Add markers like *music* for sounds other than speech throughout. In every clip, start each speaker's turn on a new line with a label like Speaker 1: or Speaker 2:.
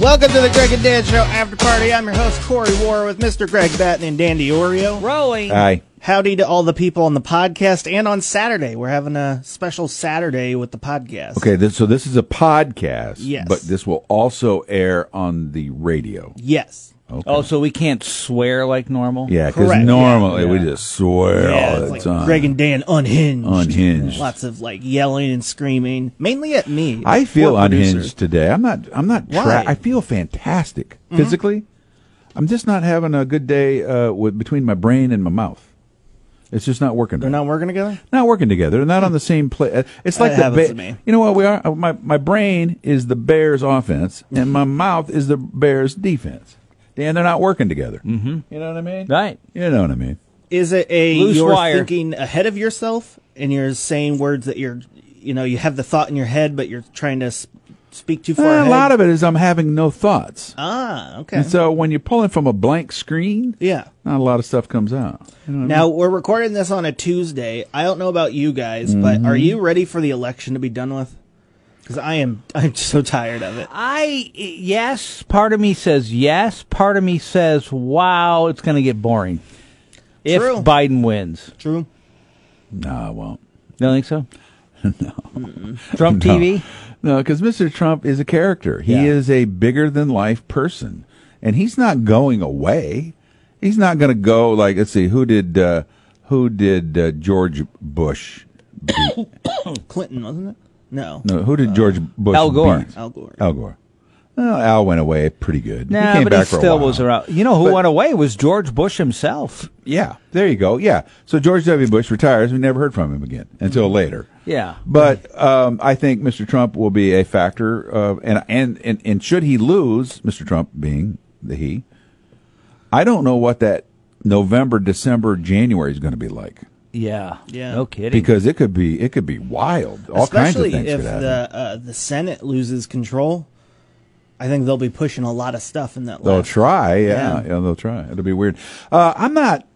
Speaker 1: Welcome to the Greg and Dan Show After Party. I'm your host, Corey War, with Mr. Greg Batten and Dandy Oreo.
Speaker 2: Rolling.
Speaker 3: Aye.
Speaker 1: Howdy to all the people on the podcast and on Saturday. We're having a special Saturday with the podcast.
Speaker 3: Okay, this, so this is a podcast.
Speaker 1: Yes.
Speaker 3: But this will also air on the radio.
Speaker 1: Yes.
Speaker 2: Oh, so we can't swear like normal?
Speaker 3: Yeah, because
Speaker 1: Correct.
Speaker 3: normally we just swear
Speaker 1: Yeah,
Speaker 3: all the
Speaker 1: it's like
Speaker 3: time.
Speaker 1: Greg and Dan unhinged.
Speaker 3: Unhinged.
Speaker 1: Lots of like yelling and screaming, mainly at me.
Speaker 3: I feel
Speaker 1: Poor producer.
Speaker 3: unhinged today. I'm not. I'm not.
Speaker 1: Why? Mm-hmm.
Speaker 3: Tra- I feel fantastic physically. I'm just not having a good day uh, with, between my brain and my mouth. It's just not working.
Speaker 1: We're not working together?
Speaker 3: not working together. They're not on the same play. It's like
Speaker 1: Hmm. That
Speaker 3: the
Speaker 1: happens
Speaker 3: ba-
Speaker 1: to me.
Speaker 3: You know what we are? My my brain is the Bears' offense, and
Speaker 1: Mm-hmm.
Speaker 3: my mouth is the Bears' defense. Dan, they're not working together. Mm-hmm. You know what I mean?
Speaker 2: Right.
Speaker 3: You know what I mean?
Speaker 1: Is it a
Speaker 2: Loose
Speaker 1: you're
Speaker 2: wire.
Speaker 1: thinking ahead of yourself and you're saying words that you're, you know, you have the thought in your head, but you're trying to sp- speak too far
Speaker 3: Eh,
Speaker 1: ahead?
Speaker 3: a lot of it is I'm having no thoughts.
Speaker 1: Ah, okay.
Speaker 3: And so when you're pulling from a blank screen,
Speaker 1: yeah.
Speaker 3: not a lot of stuff comes out. You know,
Speaker 1: Now we're recording this on a Tuesday. I don't know about you guys, but are you ready for the election to be done with? Because I am, *laughs* I'm so tired of it.
Speaker 2: I, yes, part of me says yes. Part of me says, wow, it's going to get boring. If
Speaker 1: True.
Speaker 2: Biden wins.
Speaker 1: True.
Speaker 3: no, I won't.
Speaker 2: You don't think
Speaker 3: *laughs*
Speaker 2: so? no. Trump TV?
Speaker 3: No, because Mr. Trump is a character. He
Speaker 2: Yeah.
Speaker 3: is a bigger than life person, and he's not going away. He's not going to go like let's see who did uh, who did uh, George Bush?
Speaker 1: Clinton wasn't it? No.
Speaker 3: No, who did George Bush?
Speaker 2: Uh, Al Gore.
Speaker 3: beat?
Speaker 1: Al Gore.
Speaker 3: Al Gore. Well, Al went away pretty good.
Speaker 2: No,
Speaker 3: he came
Speaker 2: but
Speaker 3: back
Speaker 2: he
Speaker 3: for a
Speaker 2: still
Speaker 3: while.
Speaker 2: was around. You know who
Speaker 3: But-
Speaker 2: went away was George Bush himself.
Speaker 3: Yeah, there you go. Yeah, so George W. Bush retires. We never heard from him again until later.
Speaker 2: Yeah.
Speaker 3: But um, I think Mr. Trump will be a factor, of, and, and and and should he lose, Mr. Trump being the he, I don't know what that November, December, January is going to be like
Speaker 2: Yeah.
Speaker 1: Yeah.
Speaker 2: No kidding.
Speaker 3: because it could be it could be wild. All
Speaker 1: Especially
Speaker 3: kinds of things
Speaker 1: if
Speaker 3: could happen.
Speaker 1: the uh, the Senate loses control, I think they'll be pushing a lot of stuff in that.
Speaker 3: they'll
Speaker 1: last-
Speaker 3: try, yeah,
Speaker 1: Yeah.
Speaker 3: yeah, they'll try. It'll be weird. Uh, I'm not.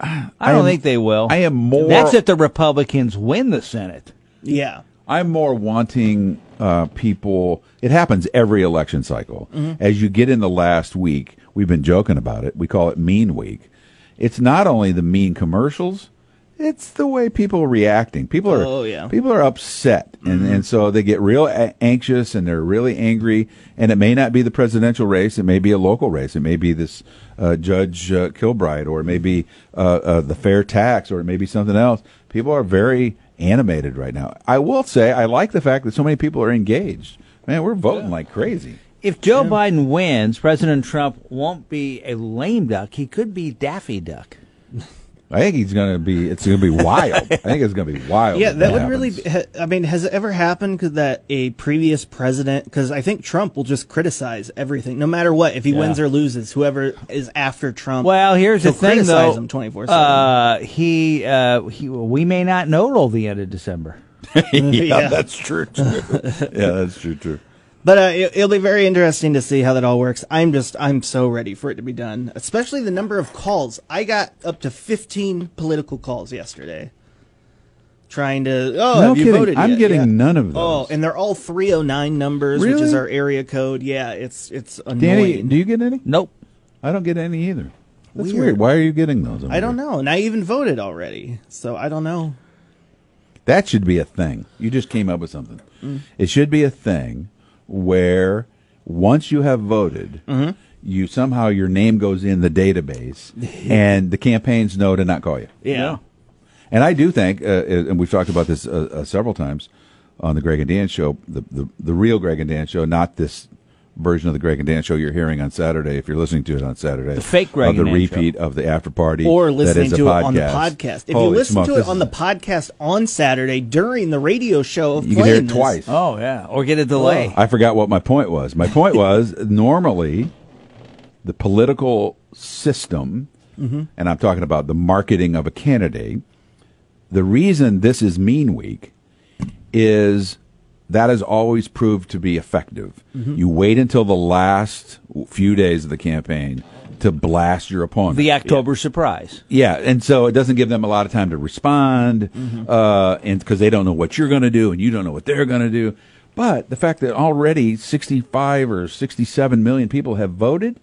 Speaker 2: I don't
Speaker 3: am-
Speaker 2: think they will.
Speaker 3: I am more.
Speaker 2: That's if the Republicans win the Senate.
Speaker 1: Yeah.
Speaker 3: I'm more wanting uh, people. It happens every election cycle.
Speaker 1: Mm-hmm.
Speaker 3: As you get in the last week, we've been joking about it. We call it Mean Week. It's not only the mean commercials; it's the way people are reacting. People are
Speaker 1: Oh, yeah.
Speaker 3: people are upset, and
Speaker 1: Mm-hmm.
Speaker 3: and so they get real a- anxious and they're really angry. And it may not be the presidential race; it may be a local race. It may be this uh, Judge uh, Kilbride, or it may be uh, uh, the fair tax, or it may be something else. People are very animated right now. I will say, I like the fact that so many people are engaged. Man, we're voting like crazy.
Speaker 2: If Joe Biden wins, President Trump won't be a lame duck. He could be Daffy Duck.
Speaker 3: I think he's gonna be. It's gonna be wild. I think it's gonna be wild.
Speaker 1: Yeah,
Speaker 3: if
Speaker 1: that would really.
Speaker 3: happens.
Speaker 1: Be, ha- I mean, has it ever happened could that a previous president? Because I think Trump will just criticize everything, no matter what, if he wins or loses. Whoever is after Trump.
Speaker 2: Well, here's
Speaker 1: he'll
Speaker 2: the thing,
Speaker 1: criticize
Speaker 2: though.
Speaker 1: him twenty four seven.
Speaker 2: uh, he, uh, he, we may not know till the end of December.
Speaker 1: *laughs*
Speaker 3: *laughs* yeah,
Speaker 1: yeah.
Speaker 3: that's true. too. yeah, that's true. True.
Speaker 1: But uh, it, it'll be very interesting to see how that all works. I'm just, I'm so ready for it to be done, especially the number of calls. I got up to 15 political calls yesterday trying to, oh,
Speaker 3: No
Speaker 1: have you
Speaker 3: kidding.
Speaker 1: voted
Speaker 3: I'm
Speaker 1: yet?
Speaker 3: getting
Speaker 1: Yeah.
Speaker 3: none of
Speaker 1: Oh,
Speaker 3: those.
Speaker 1: and they're all 309 numbers, which is
Speaker 3: Really?
Speaker 1: our area code. Yeah, it's, it's annoying.
Speaker 3: Danny, do you get any?
Speaker 2: Nope.
Speaker 3: I don't get any either. That's
Speaker 1: Weird.
Speaker 3: weird. Why are you getting those?
Speaker 1: I don't know. And I even voted already. So I don't know. Mm.
Speaker 3: That should be a thing. You just came up with something. It should be a thing where once you have voted,
Speaker 1: Mm-hmm.
Speaker 3: you somehow your name goes in
Speaker 1: *laughs*
Speaker 3: the database, and the campaigns know to not call you.
Speaker 1: Yeah.
Speaker 3: And I do think, uh, and we've talked about this uh, uh, several times on the Greg and Dan show, the, the the real Greg and Dan show, not this version of the Greg and Dan show you're hearing on Saturday. If you're listening to it on Saturday, the
Speaker 2: fake Greg
Speaker 3: of the
Speaker 2: and Dan show.
Speaker 3: repeat of the after party,
Speaker 1: Or
Speaker 3: that
Speaker 1: listening
Speaker 3: is a
Speaker 1: to it on the
Speaker 3: podcast.
Speaker 1: podcast. If
Speaker 3: Holy
Speaker 1: you listen
Speaker 3: smoke,
Speaker 1: to
Speaker 3: this
Speaker 1: it on
Speaker 3: is-
Speaker 1: the podcast on Saturday during the radio show of
Speaker 3: you can
Speaker 1: playing
Speaker 3: hear it
Speaker 1: this,
Speaker 3: twice.
Speaker 2: Oh yeah, or get a delay.
Speaker 3: I forgot what my point was.
Speaker 2: *laughs*
Speaker 3: My point was normally the political system,
Speaker 2: Mm-hmm.
Speaker 3: and I'm talking about the marketing of a candidate. The reason this is Mean Week is that has always proved to be effective.
Speaker 2: Mm-hmm.
Speaker 3: You wait until the last few days of the campaign to blast your opponent.
Speaker 2: the October surprise.
Speaker 3: Yeah, and so it doesn't give them a lot of time to respond, uh, and because they don't know what you're going to do and you don't know what they're going to do. But the fact that already 65 or 67 million people have voted,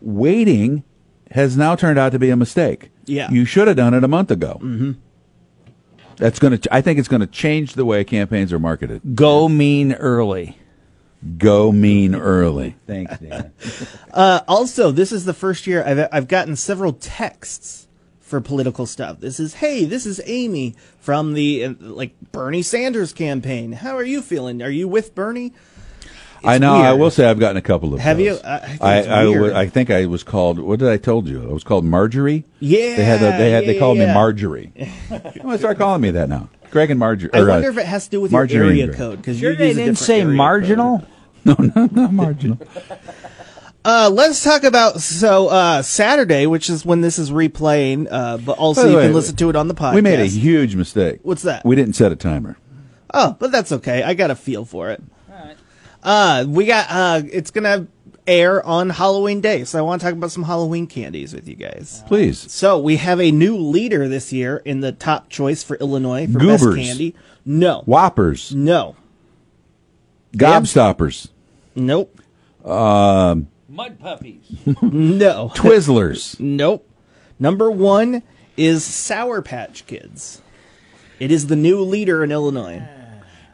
Speaker 3: waiting has now turned out to be a mistake.
Speaker 1: Yeah.
Speaker 3: You should have done it a month ago. Mm-hmm. That's going to, I think it's going to change the way campaigns are marketed.
Speaker 2: Go mean early.
Speaker 3: Go mean early.
Speaker 2: Thanks, Dan.
Speaker 1: Uh, also, this is the first year I've I've gotten several texts for political stuff. This is hey, this is Amy from the uh, like Bernie Sanders campaign. How are you feeling? Are you with Bernie?
Speaker 3: I know. I
Speaker 1: weird.
Speaker 3: will say I've gotten a couple of.
Speaker 1: Have
Speaker 3: those.
Speaker 1: you? I- I think
Speaker 3: I
Speaker 1: it's
Speaker 3: I
Speaker 1: weird.
Speaker 3: wa- I think I was called. What did I told you? I was called Marjorie.
Speaker 1: Yeah,
Speaker 3: They had. A, they had. they
Speaker 1: yeah,
Speaker 3: called
Speaker 1: yeah. *laughs*
Speaker 3: me Marjorie. I'm gonna start calling me that now. Greg and Marjorie.
Speaker 1: I
Speaker 3: or, uh,
Speaker 1: wonder if it has to do with
Speaker 3: Marjorie
Speaker 1: your
Speaker 3: and
Speaker 1: area
Speaker 3: Greg.
Speaker 1: code because
Speaker 2: Sure,
Speaker 1: you
Speaker 2: they
Speaker 1: use a
Speaker 2: didn't
Speaker 1: different
Speaker 2: say
Speaker 1: area code.
Speaker 2: marginal.
Speaker 3: *laughs* not marginal.
Speaker 1: Uh, let's talk about so uh, Saturday, which is when this is replaying, uh, but also
Speaker 3: Wait,
Speaker 1: you
Speaker 3: wait,
Speaker 1: can
Speaker 3: wait.
Speaker 1: listen to it on the podcast.
Speaker 3: we made a huge mistake.
Speaker 1: What's that?
Speaker 3: We didn't set a timer.
Speaker 1: Oh, but that's okay. I got a feel for it. Uh, we got uh, it's gonna air on Halloween Day, so I want to talk about some Halloween candies with you guys.
Speaker 3: Please.
Speaker 1: So we have a new leader this year in the top choice for Illinois for best
Speaker 3: Goobers.
Speaker 1: candy. No,
Speaker 3: Whoppers.
Speaker 1: no,
Speaker 3: Gobstoppers.
Speaker 1: nope,
Speaker 2: Mud puppies.
Speaker 1: no, *laughs*
Speaker 3: Twizzlers.
Speaker 1: nope. Number one is Sour Patch Kids. It is the new leader in Illinois.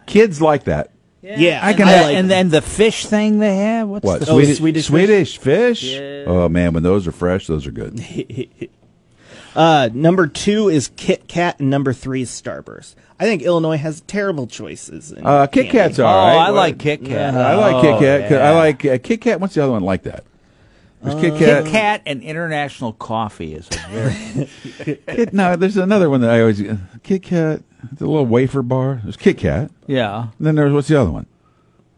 Speaker 3: Kids like that.
Speaker 1: Yeah,
Speaker 3: I can
Speaker 1: and
Speaker 3: have-
Speaker 1: like
Speaker 2: and
Speaker 1: it.
Speaker 2: then the fish thing they have. What's
Speaker 3: What?
Speaker 2: the
Speaker 1: Oh,
Speaker 3: Swedish,
Speaker 1: Swedish fish?
Speaker 3: fish? Oh man, when those are fresh, those
Speaker 1: *laughs*
Speaker 3: are good.
Speaker 1: Uh, number two is Kit Kat, and number three is Starburst. I think Illinois has terrible choices. in
Speaker 3: Uh, Kit
Speaker 1: candy.
Speaker 3: Kat's
Speaker 2: Oh,
Speaker 3: all right.
Speaker 2: I
Speaker 3: What-
Speaker 2: like Kit Kat.
Speaker 3: I like
Speaker 2: Oh,
Speaker 3: Kit Kat. 'cause
Speaker 2: yeah.
Speaker 3: I like uh, Kit Kat. What's the other one like that? There's Kit Kat.
Speaker 2: Kit Kat and international coffee is a very
Speaker 3: Kit- no, there's another one that I always uh, Kit Kat. The little wafer bar. There's Kit Kat.
Speaker 2: yeah.
Speaker 3: And then there's what's the other one?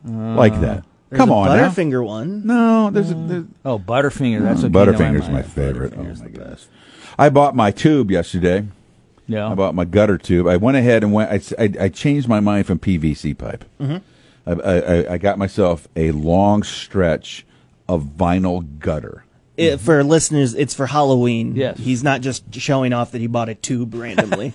Speaker 3: like that.
Speaker 1: There's
Speaker 3: Come
Speaker 1: a
Speaker 3: on, now.
Speaker 1: Butterfinger one.
Speaker 3: No, there's, a, there's
Speaker 2: Oh, Butterfinger. That's what
Speaker 3: Butterfinger's my favorite. Oh my gosh. I bought my tube yesterday.
Speaker 2: Yeah.
Speaker 3: I bought my gutter tube. I went ahead and went. I, s- I- I changed my mind from PVC pipe. I, I, I- I got myself a long stretch of vinyl gutter.
Speaker 1: It, for listeners, it's for Halloween.
Speaker 2: Yes.
Speaker 1: He's not just showing off that he bought a tube
Speaker 3: *laughs*
Speaker 1: randomly.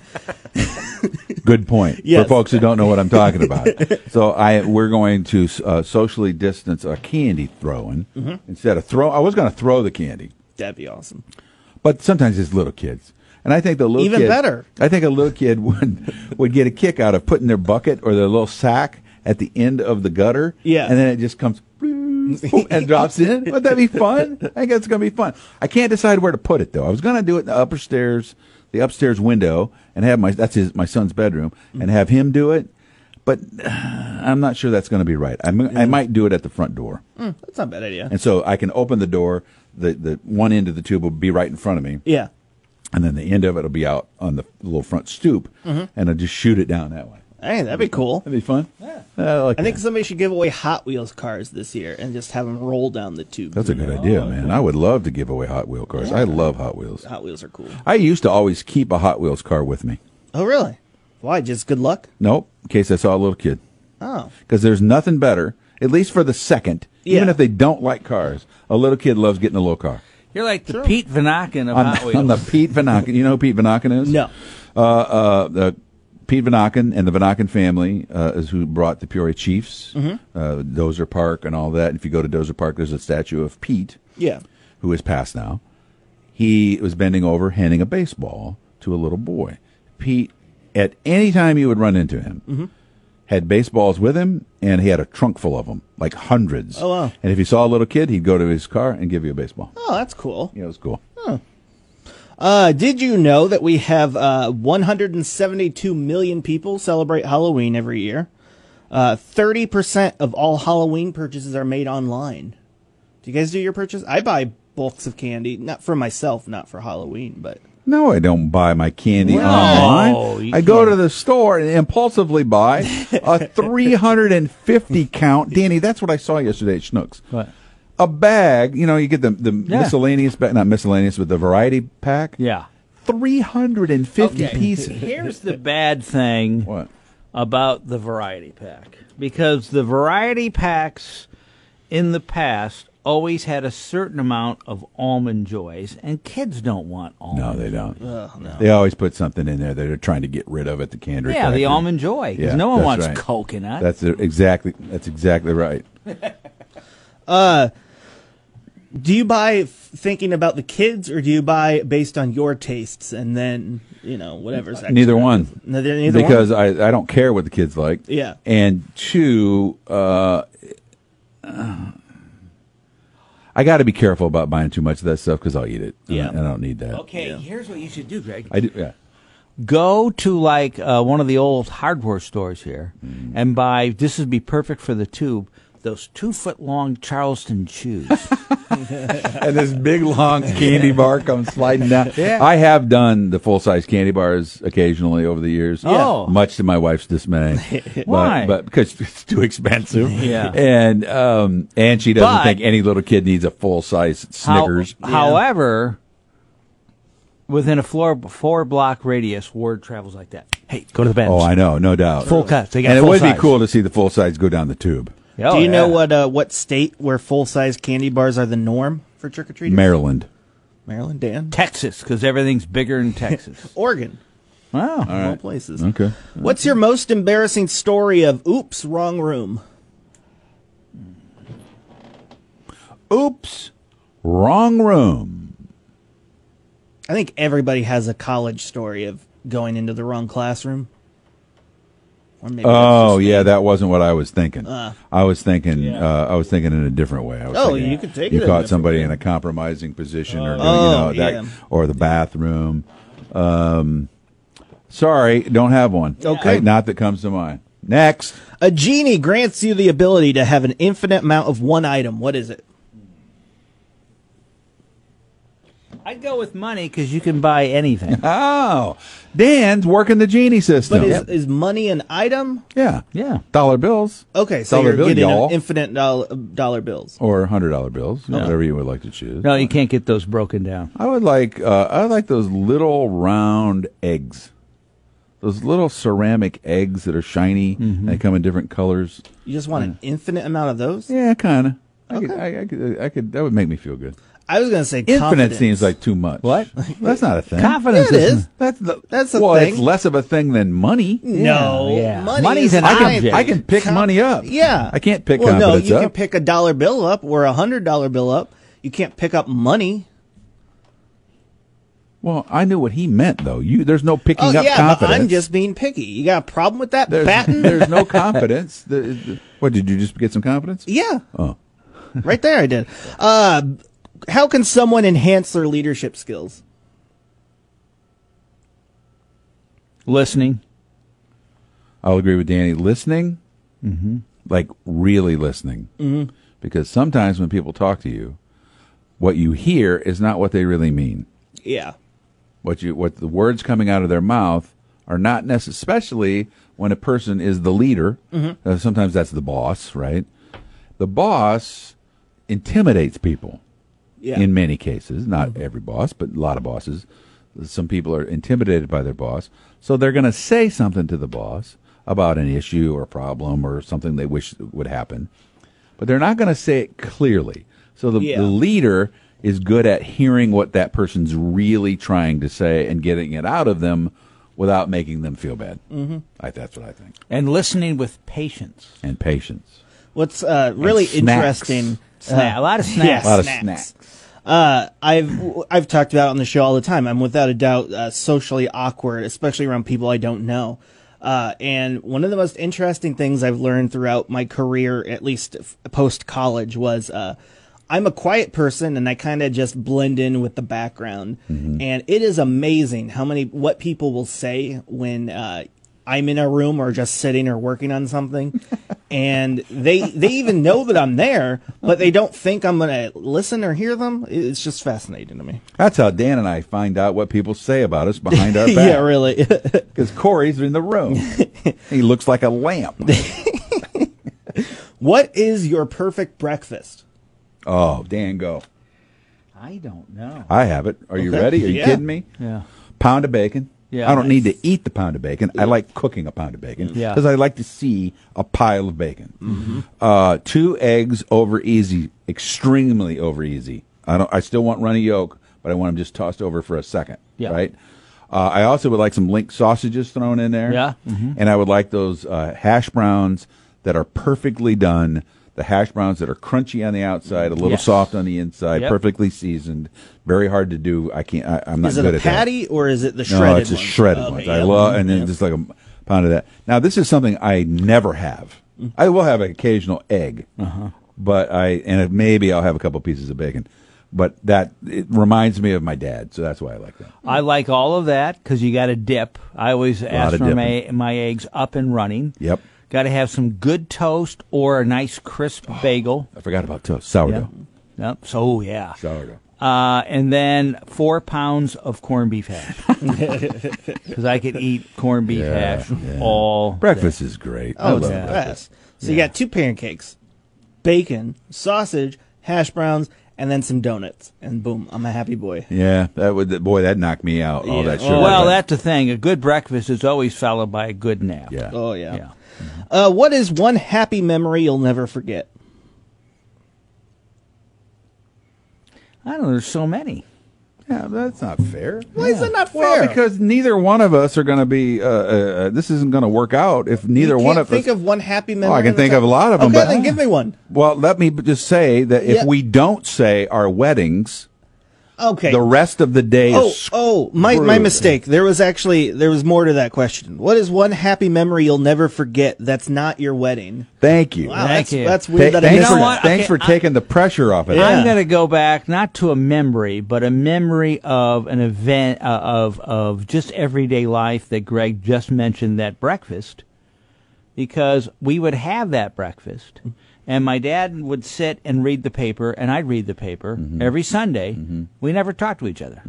Speaker 3: Good point
Speaker 1: Yes.
Speaker 3: for folks who don't know what I'm talking about. so I we're going to uh, socially distance a candy throwing instead of throw. I was going to throw the candy,
Speaker 1: That'd be awesome.
Speaker 3: but sometimes it's little kids, and I think the little
Speaker 1: Even
Speaker 3: kid-
Speaker 1: better.
Speaker 3: I think a little kid *laughs* would would get a kick out of putting their bucket or their little sack at the end of the gutter.
Speaker 1: Yeah.
Speaker 3: and then it just comes. boop, and drops
Speaker 1: *laughs*
Speaker 3: in. Wouldn't that be fun? I think that's gonna be fun. I can't decide where to put it though. I was gonna do it in the upper stairs, the upstairs window, and have my that's his my son's bedroom,
Speaker 1: Mm.
Speaker 3: and have him do it. But *sighs* I'm not sure that's gonna be right. I'm, I might do it at the front door,
Speaker 1: Hmm, that's not a bad idea.
Speaker 3: and so I can open the door. The the one end of the tube will be right in front of me,
Speaker 1: Yeah.
Speaker 3: and then the end of it will be out on the little front stoop, and I just shoot it down that way.
Speaker 1: Hey, that'd be cool.
Speaker 3: That'd be fun. Yeah, I, like
Speaker 1: I think
Speaker 3: that.
Speaker 1: somebody should give away Hot Wheels cars this year and just have them roll down the tube.
Speaker 3: that's a good idea, man. I would love to give away Hot Wheel cars. I love Hot Wheels.
Speaker 1: Hot Wheels are cool.
Speaker 3: I used to always keep a Hot Wheels car with me.
Speaker 1: Oh, really? Why? Just good luck?
Speaker 3: Nope, in case I saw a little kid.
Speaker 1: Oh.
Speaker 3: Because there's nothing better, at least for the second, even
Speaker 1: Yeah.
Speaker 3: if they don't like cars, a little kid loves getting a little car.
Speaker 2: You're like the Pete Vanaken of
Speaker 3: On,
Speaker 2: Hot Wheels.
Speaker 3: on the Pete Vanaken. You know who Pete Vanaken is?
Speaker 1: No.
Speaker 3: Uh, uh, the Pete Vanaken and the Vanaken family uh, is who brought the Peoria Chiefs,
Speaker 1: Mm-hmm.
Speaker 3: uh, Dozer Park, and all that. If you go to Dozer Park, there's a statue of Pete
Speaker 1: Yeah.
Speaker 3: who is passed now, he was bending over handing a baseball to a little boy. Pete, at any time you would run into him,
Speaker 1: Mm-hmm.
Speaker 3: had baseballs with him, and he had a trunk full of them, like hundreds.
Speaker 1: Oh, wow.
Speaker 3: And if he saw a little kid, he'd go to his car and give you a baseball.
Speaker 1: Oh, that's cool.
Speaker 3: Yeah, it was cool.
Speaker 1: Uh, did you know that we have uh, 172 million people celebrate Halloween every year? Uh, 30% of all Halloween purchases are made online. Do you guys do your purchase? I buy bulks of candy, not for myself, not for Halloween, but
Speaker 3: No, I don't buy my candy online.
Speaker 2: you
Speaker 3: I go
Speaker 2: can't.
Speaker 3: to the store and impulsively buy
Speaker 2: *laughs*
Speaker 3: a 350 count. Danny, that's what I saw yesterday at Schnucks.
Speaker 2: What?
Speaker 3: A bag, you know, you get the, the
Speaker 2: Yeah.
Speaker 3: miscellaneous bag, not miscellaneous, but the variety pack.
Speaker 2: yeah. *laughs*
Speaker 3: 350 pieces.
Speaker 2: Here's the bad thing
Speaker 3: what?
Speaker 2: about the variety pack because the variety packs in the past always had a certain amount of almond joys, and kids don't want almond.
Speaker 3: No, they don't.
Speaker 2: Oh,
Speaker 3: They always put something in there that they're trying to get rid of at the candy.
Speaker 2: Yeah, the almond joy. 'cause no one wants coconut.
Speaker 3: That's the- exactly. That's exactly right.
Speaker 1: Do you buy f- thinking about the kids, or do you buy based on your tastes and then you know whatever's extra?
Speaker 3: Neither one.
Speaker 1: Neither, neither one.
Speaker 3: because I I don't care what the kids like.
Speaker 1: Yeah.
Speaker 3: And two, uh, I got to be careful about buying too much of that stuff because I'll eat it. I
Speaker 1: Yeah.
Speaker 3: don't- I don't need that.
Speaker 2: Okay, here's what you should do, Greg.
Speaker 3: I do. Yeah.
Speaker 2: Go to like uh, one of the old hardware stores here
Speaker 3: Mm.
Speaker 2: and buy. This would be perfect for the tube. Those two foot long Charleston shoes.
Speaker 3: and this
Speaker 1: *laughs*
Speaker 3: big long candy bar comes sliding down. I have done the full size candy bars occasionally over the years.
Speaker 2: Oh.
Speaker 3: much to my
Speaker 1: *laughs*
Speaker 3: wife's dismay. But-
Speaker 2: Why?
Speaker 3: But, because it's too expensive.
Speaker 2: Yeah.
Speaker 3: and um, and she doesn't
Speaker 2: But-
Speaker 3: think any little kid needs a full size
Speaker 2: How-
Speaker 3: *laughs* Snickers.
Speaker 2: However, within a floor four block radius, word travels like that. Hey, go to the bench.
Speaker 3: oh, I know, no doubt.
Speaker 2: Full cuts, they got
Speaker 3: and it
Speaker 2: full
Speaker 3: would
Speaker 2: size.
Speaker 3: be cool to see the full size go down the tube.
Speaker 2: Oh,
Speaker 1: do you know
Speaker 2: yeah.
Speaker 1: what uh, what state where full size candy bars are the norm for trick or treaters?
Speaker 3: Maryland.
Speaker 1: Maryland, Dan,
Speaker 2: Texas, because everything's bigger in Texas.
Speaker 1: Oregon,
Speaker 2: wow.
Speaker 1: all, places.
Speaker 3: Okay.
Speaker 1: What's your most embarrassing story of oops, wrong room?
Speaker 3: Oops, wrong room.
Speaker 1: I think everybody has a college story of going into the wrong classroom. Or maybe that's
Speaker 3: Oh
Speaker 1: just-
Speaker 3: yeah, that wasn't what I was thinking. I was thinking, uh, I was thinking in a different way. I was
Speaker 1: Oh,
Speaker 3: thinking
Speaker 1: you could take
Speaker 3: You
Speaker 1: it a
Speaker 3: caught
Speaker 1: different
Speaker 3: somebody
Speaker 1: way.
Speaker 3: in a compromising position,
Speaker 1: Oh,
Speaker 3: or you know,
Speaker 1: yeah.
Speaker 3: that, or the bathroom. Um, sorry, don't have one.
Speaker 1: Okay.
Speaker 3: Like, not that comes to mind. Next,
Speaker 1: a genie grants you the ability to have an infinite amount of one item. What is it?
Speaker 2: *laughs* I'd go with money because you can buy anything.
Speaker 3: oh, Dan's working the genie
Speaker 1: But
Speaker 3: system.
Speaker 1: is, is money an item?
Speaker 3: yeah,
Speaker 2: *laughs* Yeah.
Speaker 3: dollar bills.
Speaker 1: Okay, so
Speaker 3: Dollar
Speaker 1: you're
Speaker 3: bill,
Speaker 1: getting an
Speaker 3: y'all.
Speaker 1: infinite dollar, dollar bills.
Speaker 3: or hundred dollar bills, whatever you would like to choose.
Speaker 2: No, you can't get those broken down.
Speaker 3: I would like uh, I like those little round eggs, those little ceramic eggs that are shiny and
Speaker 1: Mm-hmm.
Speaker 3: they come in different colors.
Speaker 1: You just want an infinite amount of those?
Speaker 3: Yeah, kind of. I, could, I, I could, I could. That would make me feel good.
Speaker 1: I was gonna say
Speaker 3: Infinite
Speaker 1: confidence.
Speaker 3: seems like too much.
Speaker 2: What?
Speaker 3: *laughs* That's not a thing.
Speaker 2: Confidence
Speaker 1: It is.
Speaker 2: isn't-
Speaker 3: That's the,
Speaker 1: That's a
Speaker 3: well,
Speaker 1: thing.
Speaker 3: it's less of a thing than money.
Speaker 1: no,
Speaker 2: Yeah.
Speaker 1: money is
Speaker 2: Money's an
Speaker 1: a
Speaker 2: object.
Speaker 1: giant-
Speaker 3: I can pick
Speaker 1: Con-
Speaker 3: money up.
Speaker 1: Yeah,
Speaker 3: I can't pick
Speaker 1: Well, no,
Speaker 3: confidence
Speaker 1: you
Speaker 3: up.
Speaker 1: can pick a dollar bill up or a hundred dollar bill up. You can't pick up money.
Speaker 3: well, I knew what he meant though. You there's no picking
Speaker 1: Oh
Speaker 3: up
Speaker 1: yeah,
Speaker 3: confidence.
Speaker 1: but I'm just being picky. You got a problem with that,
Speaker 3: there's,
Speaker 1: Batten?
Speaker 3: there's no confidence. The- the- what did you just get some confidence?
Speaker 1: yeah,
Speaker 3: Oh.
Speaker 1: *laughs* right there I did. Uh, how can someone enhance their leadership skills?
Speaker 2: Listening.
Speaker 3: I'll agree with Danny. Listening, like really listening, mm-hmm. because sometimes when people talk to you, what you hear is not what they really mean.
Speaker 1: Yeah,
Speaker 3: What you what the words coming out of their mouth are not necessarily, especially when a person is the leader. Uh, sometimes that's the boss, right? The boss intimidates people
Speaker 1: yeah, Mm-hmm.
Speaker 3: in many cases, not every boss, but a lot of bosses. Some people are intimidated by their boss, so they're going to say something to the boss about an issue or problem or something they wish would happen, but they're not going to say it clearly. So the,
Speaker 1: Yeah.
Speaker 3: the leader is good at hearing what that person's really trying to say and getting it out of them without making them feel bad. Mm-hmm. I, that's what I think.
Speaker 2: And listening with patience.
Speaker 3: And patience.
Speaker 1: What's uh, really
Speaker 3: snacks.
Speaker 1: interesting?
Speaker 2: Sna-
Speaker 1: *laughs*
Speaker 2: a lot of
Speaker 1: Yeah,
Speaker 2: snacks.
Speaker 3: A lot of
Speaker 1: snacks.
Speaker 3: snacks.
Speaker 1: Uh, I've I've talked about it on the show all the time. I'm without a doubt uh, socially awkward, especially around people I don't know. Uh, and one of the most interesting things I've learned throughout my career, at least post college, was uh, I'm a quiet person and I kind of just blend in with the background.
Speaker 3: Mm-hmm.
Speaker 1: And it is amazing how many what people will say when uh, I'm in a room or just sitting or working on something, and they they even know that I'm there, but they don't think I'm gonna listen or hear them. It- It's just fascinating to
Speaker 3: *laughs*
Speaker 1: me.
Speaker 3: That's how Dan and I find out what people say about us behind our
Speaker 1: *laughs*
Speaker 3: back.
Speaker 1: yeah,
Speaker 3: *laughs*
Speaker 1: really.
Speaker 3: Because Corey's in
Speaker 1: *laughs*
Speaker 3: the room. he looks like a lamp.
Speaker 1: what is your perfect breakfast?
Speaker 3: Oh, Dan, go.
Speaker 2: I don't know.
Speaker 3: I have it. Are you
Speaker 1: Okay.
Speaker 3: ready? Are you
Speaker 1: Yeah.
Speaker 3: kidding me?
Speaker 2: Yeah.
Speaker 3: Pound of bacon,
Speaker 2: Yeah.
Speaker 3: I don't need to eat the pound of bacon. I like cooking a pound of bacon
Speaker 2: Yeah. Mm-hmm.
Speaker 3: because I like to see a pile of bacon. Uh, two eggs over easy, extremely over easy. I don't. I still want runny yolk, but I want them just tossed over for a second.
Speaker 2: Yeah.
Speaker 3: Right. Uh, I also would like some link sausages thrown in there. Mm-hmm.
Speaker 2: Yeah. Mm-hmm.
Speaker 3: And I would like those uh, hash browns that are perfectly done. The hash browns that are crunchy on the outside, a little
Speaker 2: Yes.
Speaker 3: soft on the inside,
Speaker 2: Yep.
Speaker 3: perfectly seasoned. Very hard to do. I can't. I, I'm not
Speaker 1: Is it
Speaker 3: good
Speaker 1: a
Speaker 3: at that.
Speaker 1: patty or is it the
Speaker 3: No,
Speaker 1: shredded?
Speaker 3: it's a
Speaker 1: ones?
Speaker 3: shredded
Speaker 1: Okay,
Speaker 3: ones.
Speaker 1: yeah.
Speaker 3: I love, and then
Speaker 1: Yeah.
Speaker 3: just like a pound of that. Now, this is something I never have. I will have an occasional egg,
Speaker 1: Uh-huh.
Speaker 3: but I and it, maybe I'll have a couple pieces of bacon. But that it reminds me of my dad, so that's why I like that.
Speaker 2: I like all of that because you got to dip. I always ask
Speaker 3: of
Speaker 2: for my,
Speaker 3: dipping.
Speaker 2: my eggs up and running.
Speaker 3: Yep.
Speaker 2: Got to have some good toast or a nice crisp
Speaker 3: Oh.
Speaker 2: bagel.
Speaker 3: I forgot about toast, sourdough,
Speaker 2: Yeah. Yep. So oh, yeah.
Speaker 3: sourdough.
Speaker 2: Uh, and then four pounds of corned beef
Speaker 3: *laughs*
Speaker 2: hash because I could eat corned beef
Speaker 3: Yeah,
Speaker 2: hash
Speaker 3: yeah.
Speaker 2: all
Speaker 3: Breakfast is great. I
Speaker 1: Oh, it's
Speaker 3: love
Speaker 1: the
Speaker 2: yeah.
Speaker 1: best. So you got two pancakes, bacon, sausage, hash browns, and then some donuts, and boom, I'm a happy boy.
Speaker 3: Yeah, that would boy that knocked me out. All
Speaker 1: Yeah.
Speaker 3: that sugar.
Speaker 2: Well,
Speaker 3: But-
Speaker 2: that's the thing. A good breakfast is always followed by a good nap.
Speaker 3: yeah.
Speaker 1: Oh yeah.
Speaker 2: Yeah.
Speaker 1: Uh, what is one happy memory you'll never forget?
Speaker 2: I don't know. There's so many.
Speaker 3: Yeah, that's not fair.
Speaker 1: Why is that not
Speaker 3: Well,
Speaker 1: fair?
Speaker 3: because neither one of us are going to be. Uh, uh, uh, this isn't going to work out if neither
Speaker 1: you can't
Speaker 3: one of
Speaker 1: think
Speaker 3: us.
Speaker 1: of one happy memory.
Speaker 3: Oh, I can
Speaker 1: at
Speaker 3: think of
Speaker 1: time.
Speaker 3: a lot of them,
Speaker 1: Okay,
Speaker 3: but
Speaker 1: then give me one.
Speaker 3: Well, let me b- just say that if
Speaker 1: Yeah.
Speaker 3: we don't say our weddings,
Speaker 1: Okay.
Speaker 3: the rest of the day
Speaker 1: oh,
Speaker 3: is
Speaker 1: oh, my my
Speaker 3: screwed.
Speaker 1: mistake. There was actually there was more to that question. What is one happy memory you'll never forget? That's not your wedding.
Speaker 3: Thank you.
Speaker 1: Wow,
Speaker 2: Thank
Speaker 1: that's,
Speaker 2: you.
Speaker 1: that's
Speaker 3: Th-
Speaker 1: weird. that I
Speaker 3: thanks
Speaker 1: missed
Speaker 3: for,
Speaker 2: You know
Speaker 1: that.
Speaker 2: what?
Speaker 3: thanks
Speaker 2: Okay,
Speaker 3: for
Speaker 2: I-
Speaker 3: taking the pressure off of
Speaker 1: Yeah.
Speaker 3: it.
Speaker 2: I'm going to go back not to a memory, but a memory of an event uh, of of just everyday life that Greg just mentioned that breakfast, because we would have that breakfast, and my dad would sit and read the paper, and I'd read the paper
Speaker 3: Mm-hmm.
Speaker 2: every Sunday. We never talked to each other.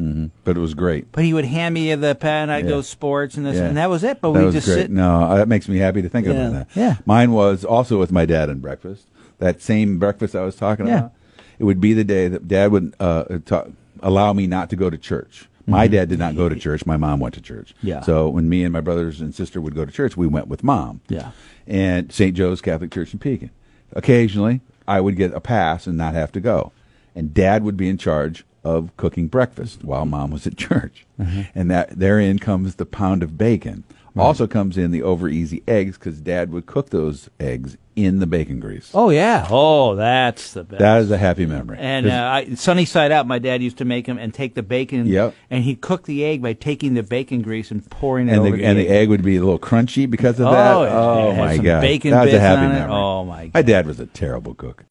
Speaker 3: But it was great.
Speaker 2: But he would hand me the pen. I'd
Speaker 3: Mm-hmm. Yeah.
Speaker 2: go sports and this,
Speaker 3: Yeah.
Speaker 2: and that was it. But
Speaker 3: That
Speaker 2: we
Speaker 3: was
Speaker 2: just
Speaker 3: great.
Speaker 2: sit.
Speaker 3: No, uh, that makes me happy to think
Speaker 1: Yeah.
Speaker 3: about that.
Speaker 2: Yeah.
Speaker 3: Mine was also with my dad and breakfast. That same breakfast I was talking
Speaker 2: Yeah.
Speaker 3: about. It would be the day that dad would uh, ta- allow me not to go to church. My dad did not go to church. My mom went to church.
Speaker 2: Mm-hmm. Yeah.
Speaker 3: So when me and my brothers and sister would go to church, we went with mom.
Speaker 2: Yeah.
Speaker 3: And St. Joe's Catholic Church in Pekin. Occasionally, I would get a pass and not have to go. And dad would be in charge of cooking breakfast while mom was at *laughs* church.
Speaker 2: Mm-hmm.
Speaker 3: And that therein comes the pound of bacon. Also comes in the over easy eggs because dad would cook those eggs in the bacon grease.
Speaker 2: Oh yeah. Oh, that's the best.
Speaker 3: That is a happy memory.
Speaker 2: And uh, I, sunny side out, my dad used to make them and take the bacon.
Speaker 3: Yep.
Speaker 2: And he cooked the egg by taking the bacon grease and pouring it
Speaker 3: and
Speaker 2: over
Speaker 3: the, and the egg would be a little crunchy because of that.
Speaker 2: Oh, it
Speaker 3: Oh
Speaker 2: had
Speaker 3: my
Speaker 2: some
Speaker 3: god,
Speaker 2: bacon
Speaker 3: that was a
Speaker 2: bits
Speaker 3: happy
Speaker 2: on it.
Speaker 3: memory.
Speaker 2: Oh, my
Speaker 3: my dad was a terrible cook.